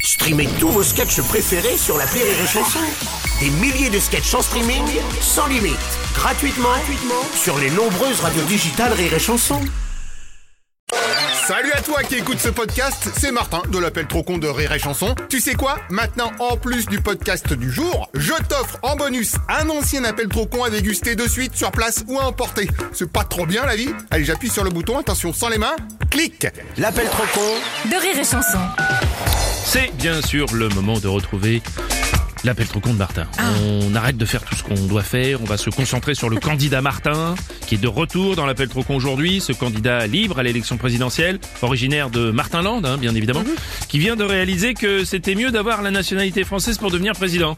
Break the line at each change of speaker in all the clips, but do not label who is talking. Streamez tous vos sketchs préférés sur la Rire et Chanson. Des milliers de sketchs en streaming, sans limite, gratuitement, gratuitement sur les nombreuses radios digitales Rire et Chanson.
Salut à toi qui écoute ce podcast, c'est Martin de l'appel trop con de Rire et Chanson. Tu sais quoi Maintenant, en plus du podcast du jour, je t'offre en bonus un ancien appel trop con à déguster de suite sur place ou à emporter. C'est pas trop bien la vie Allez, j'appuie sur le bouton, attention, sans les mains, clique
L'appel trop con
de rire et chanson.
C'est bien sûr le moment de retrouver l'appel trop con de Martin. On arrête de faire tout ce qu'on doit faire, on va se concentrer sur le candidat Martin, qui est de retour dans l'appel trop con aujourd'hui, ce candidat libre à l'élection présidentielle, originaire de Martinland, hein, bien évidemment, qui vient de réaliser que c'était mieux d'avoir la nationalité française pour devenir président.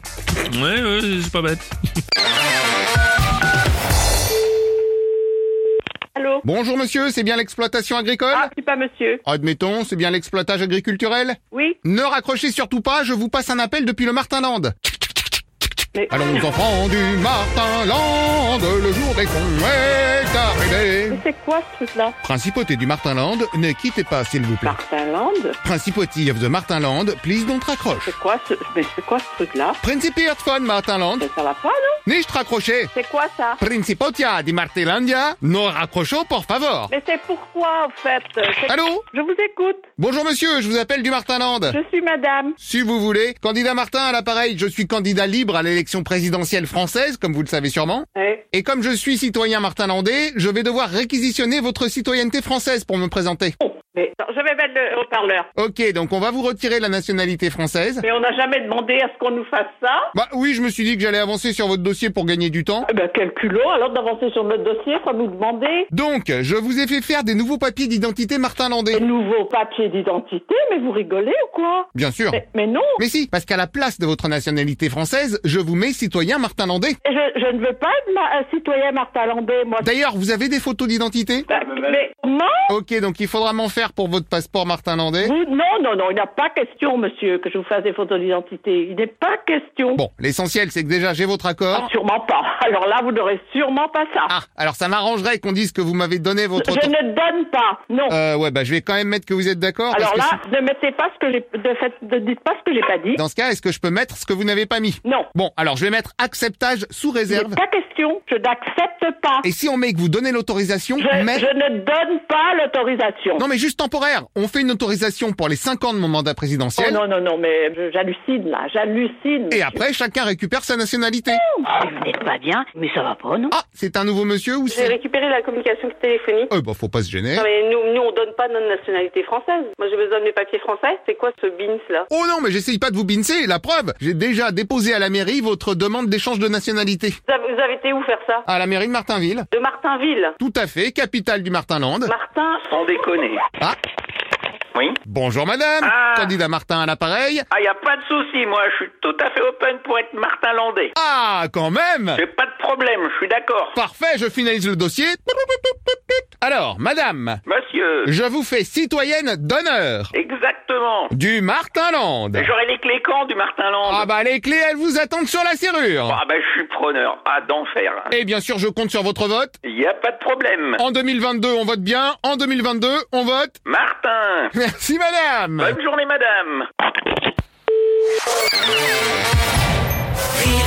Ouais, ouais, c'est pas bête.
Allô
Bonjour monsieur, c'est bien l'exploitation agricole
Ah, c'est pas monsieur.
Admettons, c'est bien l'exploitage agriculturel
Oui,
Ne raccrochez surtout pas, je vous passe un appel depuis le Martinland.
mais...
Allons enfants du Martinland, le jour des cons est arrivé.
Mais c'est quoi ce truc-là
Principauté du Martinland, ne quittez pas s'il vous plaît.
Martinland
Principauté of the Martinland, please don't raccroche.
C'est quoi ce... Mais c'est quoi ce truc-là
Principe von Martinland,
Mais ça va pas, non
nicht raccroché.
C'est quoi ça
Principotia di Martinlandia, non raccrochons por favor.
Mais c'est pourquoi, en fait c'est-
Allô
Je vous écoute.
Bonjour monsieur, je vous appelle du Martinland.
Je suis madame.
Si vous voulez, candidat Martin à l'appareil, je suis candidat libre à l'élection présidentielle française, comme vous le savez sûrement.
Eh,
Et comme je suis citoyen martinlandais, je vais devoir réquisitionner votre citoyenneté française pour me présenter.
mais... Attends, je vais mettre le haut-parleur.
Ok, donc on va vous retirer la nationalité française.
Mais on n'a jamais demandé à ce qu'on nous fasse ça.
Bah oui, je me suis dit que j'allais avancer sur votre dossier pour gagner du temps.
Eh ben, quel culot, alors d'avancer sur notre dossier sans nous demander
Donc, je vous ai fait faire des nouveaux papiers d'identité
des
martinlandais.
nouveaux papiers d'identité. Mais vous rigolez ou quoi
Bien sûr.
mais, mais non
Mais si, parce qu'à la place de votre nationalité française, je vous mets citoyen martinlandais.
je, je ne veux pas être ma- euh, un citoyen martalandais, moi.
D'ailleurs, vous avez des photos d'identité
Bah, mais comment
Ok, donc il faudra m'en faire pour votre passeport martinlandais.
Vous- non, non, non, il n'a pas question, monsieur, que je vous fasse des photos d'identité. Il n'est pas question.
Bon, l'essentiel, c'est que déjà j'ai votre
Ah,
accord.
sûrement pas. Alors là, vous n'aurez sûrement pas ça.
Ah, alors ça m'arrangerait qu'on dise que vous m'avez donné votre...
je ne donne pas. Non.
Euh, ouais, bah je vais quand même mettre que vous êtes d'accord. parce
Alors
que
là, ne mettez pas ce que j'ai, de fait, ne dites pas ce que j'ai pas dit.
si- Dans ce cas, est-ce que je peux mettre ce que vous n'avez pas mis
Non.
Bon, alors je vais mettre acceptage sous
Il
réserve.
n'est pas question. Je n'accepte pas.
Et si on met que vous donnez l'autorisation,
Je,
mais...
je ne donne pas l'autorisation.
Non mais juste temporaire. On fait une autorisation pour les 5 ans de mon mandat
Oh,
présidentiel.
non, non, non, mais je- j'hallucine là, j'hallucine.
Et après, chacun récupère sa nationalité.
Vous n'êtes pas bien, mais ça Ah, va pas, non
Ah, c'est un nouveau monsieur ou
J'ai
c'est...
récupéré la communication téléphonique.
Euh, bah faut pas se gêner.
Non,
Ah
mais nous, nous, on donne pas notre nationalité française. Moi, j'ai besoin de mes papiers français. C'est quoi ce bins là
Oh non, mais j'essaye pas de vous bincer, la preuve J'ai déjà déposé à la mairie votre demande d'échange de nationalité.
vous avez, vous avez été où faire ça
À la mairie de Martinville.
De Martinville.
Tout à fait, capitale du Martinland.
Martin,
Sans déconner.
Ah
Oui
Bonjour madame
Ah.
Candidat Martin à l'appareil.
Ah, y a pas de souci, moi, je suis tout à fait open pour être Martin Landais.
Ah, quand même
J'ai pas de problème, je suis d'accord.
Parfait, je finalise le dossier. Alors, madame,
Monsieur,
je vous fais citoyenne d'honneur
exactement.
du Martinland.
Mais J'aurai les clés quand du Martin Land
Bah. Ah bah les clés, elles vous attendent sur la serrure.
Ah bah, je suis preneur. Ah, d'enfer.
Et bien sûr, je compte sur votre vote.
Y a pas de problème.
En 2022, on vote bien. En 2022, on vote.
Martin
Merci
Bah,
madame
Bonne journée, madame
Rire